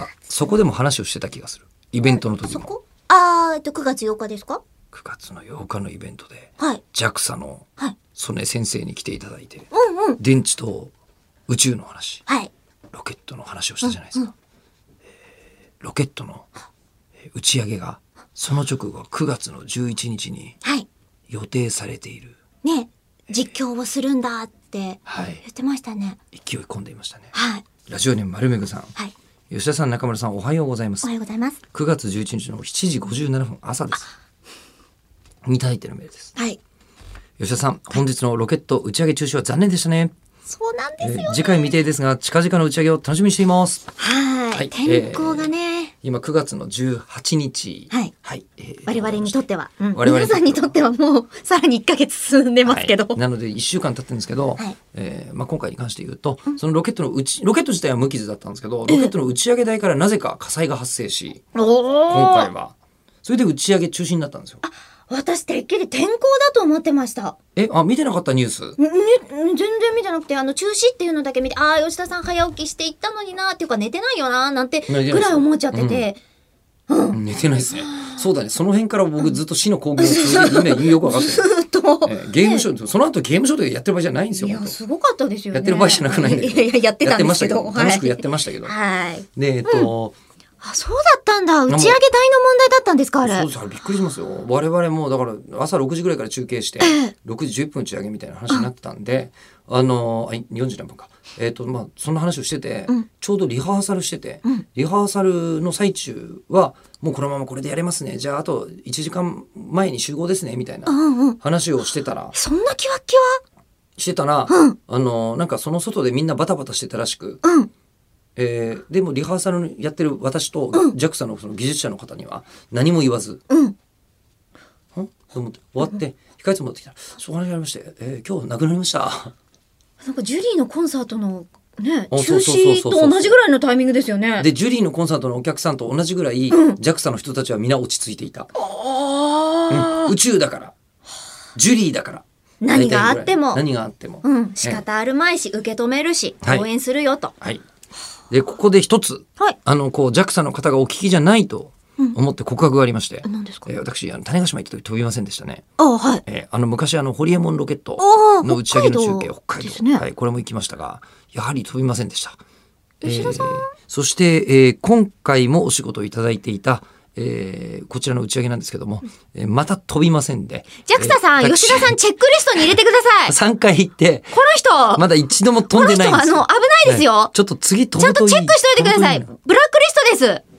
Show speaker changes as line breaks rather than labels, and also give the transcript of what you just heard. あそこでも話をしてた気がするイベントの時
そ
も
こあー、えっと、9月8日ですか
9月の8日のイベントで
はい。
JAXA の
はい。
曽根先生に来ていただいて
うんうん。
電池と宇宙の話
はい。
ロケットの話をしたじゃないですか、えーロケットのえー打ち上げがその直後9月の11日に
はい。
予定されている
ね、実況をするんだって
はい
言ってましたね。
勢い込んでいましたね
はい。
ラジオネーム丸めぐさん
はい。
吉田さん中村さんおはようございます
おはようございます。
9月11日の7時57分朝です見たいてのメールです
はい。
吉田さん本日のロケット打ち上げ中止は残念でしたね
そうなんです
え
よ。
ー次回未定ですが近々の打ち上げを楽しみにしています
は。
はいい
天候がね、
今9月の18日
はい
えー
我々にとっては、うん
我々
皆さんにとってはもうさらに1ヶ月進んでますけど。
はいなので1週間経ってるんですけど、
はい
えーまあ、今回に関して言うと、そのロケットのうちロケット自体は無傷だったんですけどロケットの打ち上げ台からなぜか火災が発生し
おー
今回はそれで打ち上げ中止になったんですよ。
私てっきり天候だと思ってました。
えあ見てなかったニュース
ね、全然見てなくて、あの、中止っていうのだけ見て、ああ、吉田さん早起きしていったのにな、っていうか寝てないよな、なんて、
ないです
ぐらい思っちゃってて、
うん寝てないですね。そうだねその辺から僕ずっと死の興奮を続けて意味よく分かってない
ふーっと、
えーゲームショーその後ゲームショーとかやってる場合じゃないんですよ。
いや、
本当
すごかったですよね。
やってる場合じゃなくないんだけど
いやいや、やってたんですけど。
やってましたけど楽しくやって
ま
ましたけど。
はい。
でえっと、
あ、そうだったんだ。打ち
も
上げ
う
台の問題だったんですか、あれ。
そうですあれびっくりしますよ我々もだから朝6時ぐらいから中継して6時10分打ち上げみたいな話になってたんであのあい40何分かえっ、とまあそんな話をしてて、
ん
ちょうどリハーサルしてて、
うん
リハーサルの最中はもうこのままこれでやれますねじゃああと1時間前に集合ですねみたいな
うんうん。
話をしてたら
そんなキワッキ
してたら、
うん
あのなんかその外でみんなバタバタしてたらしく、
ワうん。
えーでもリハーサルやってる私と JAXA のその技術者の方には何も言わず。
うん。
んと思って終わって控え室戻ってきたら「そうお話ありまして、えー今日亡くなりました
なんか、ジュリーのコンサートの、ね、
あ
中
そうそうそう
止
そ
と
う
同じぐらいのタイミングですよ」ね。
でジュリーのコンサートのお客さんと同じぐらい、
うん
JAXA の人たちは皆落ち着いていた、
ああ、
宇宙だからジュリーだから
何があって
大体ぐら
も
い何があっても、
うん、仕
え
方あるまいし、受け止めるし、
はい
応援するよと。
えはいでここで一つ
はい。
あのこう JAXA の方がお聞きじゃないと思って告白がありまして、
何ですか
えー私あの種子島行った時飛びませんでしたね、
ああ、はい。
えーあの昔あのホリエモンロケット
ああ、
の打ち上げの中継北海道
ですね。
はい、これも行きましたがやはり飛びませんでした
吉田さん
えーそして、えー今回もお仕事をいただいていた、えーこちらの打ち上げなんですけども、えーまた飛びませんで
ジャクサさん、
えー
吉 田さん、チェックリストに入れてください。こ
3回行って
の人、
まだ一度も飛
こ
ん
の
でな
人
いんで
は、あ
すよ
の、危ないですよ。
ちょっと次飛
ち
ぶ
ゃんと
といい
チェックしといてください。ブ
飛ぶと
ラックリストです。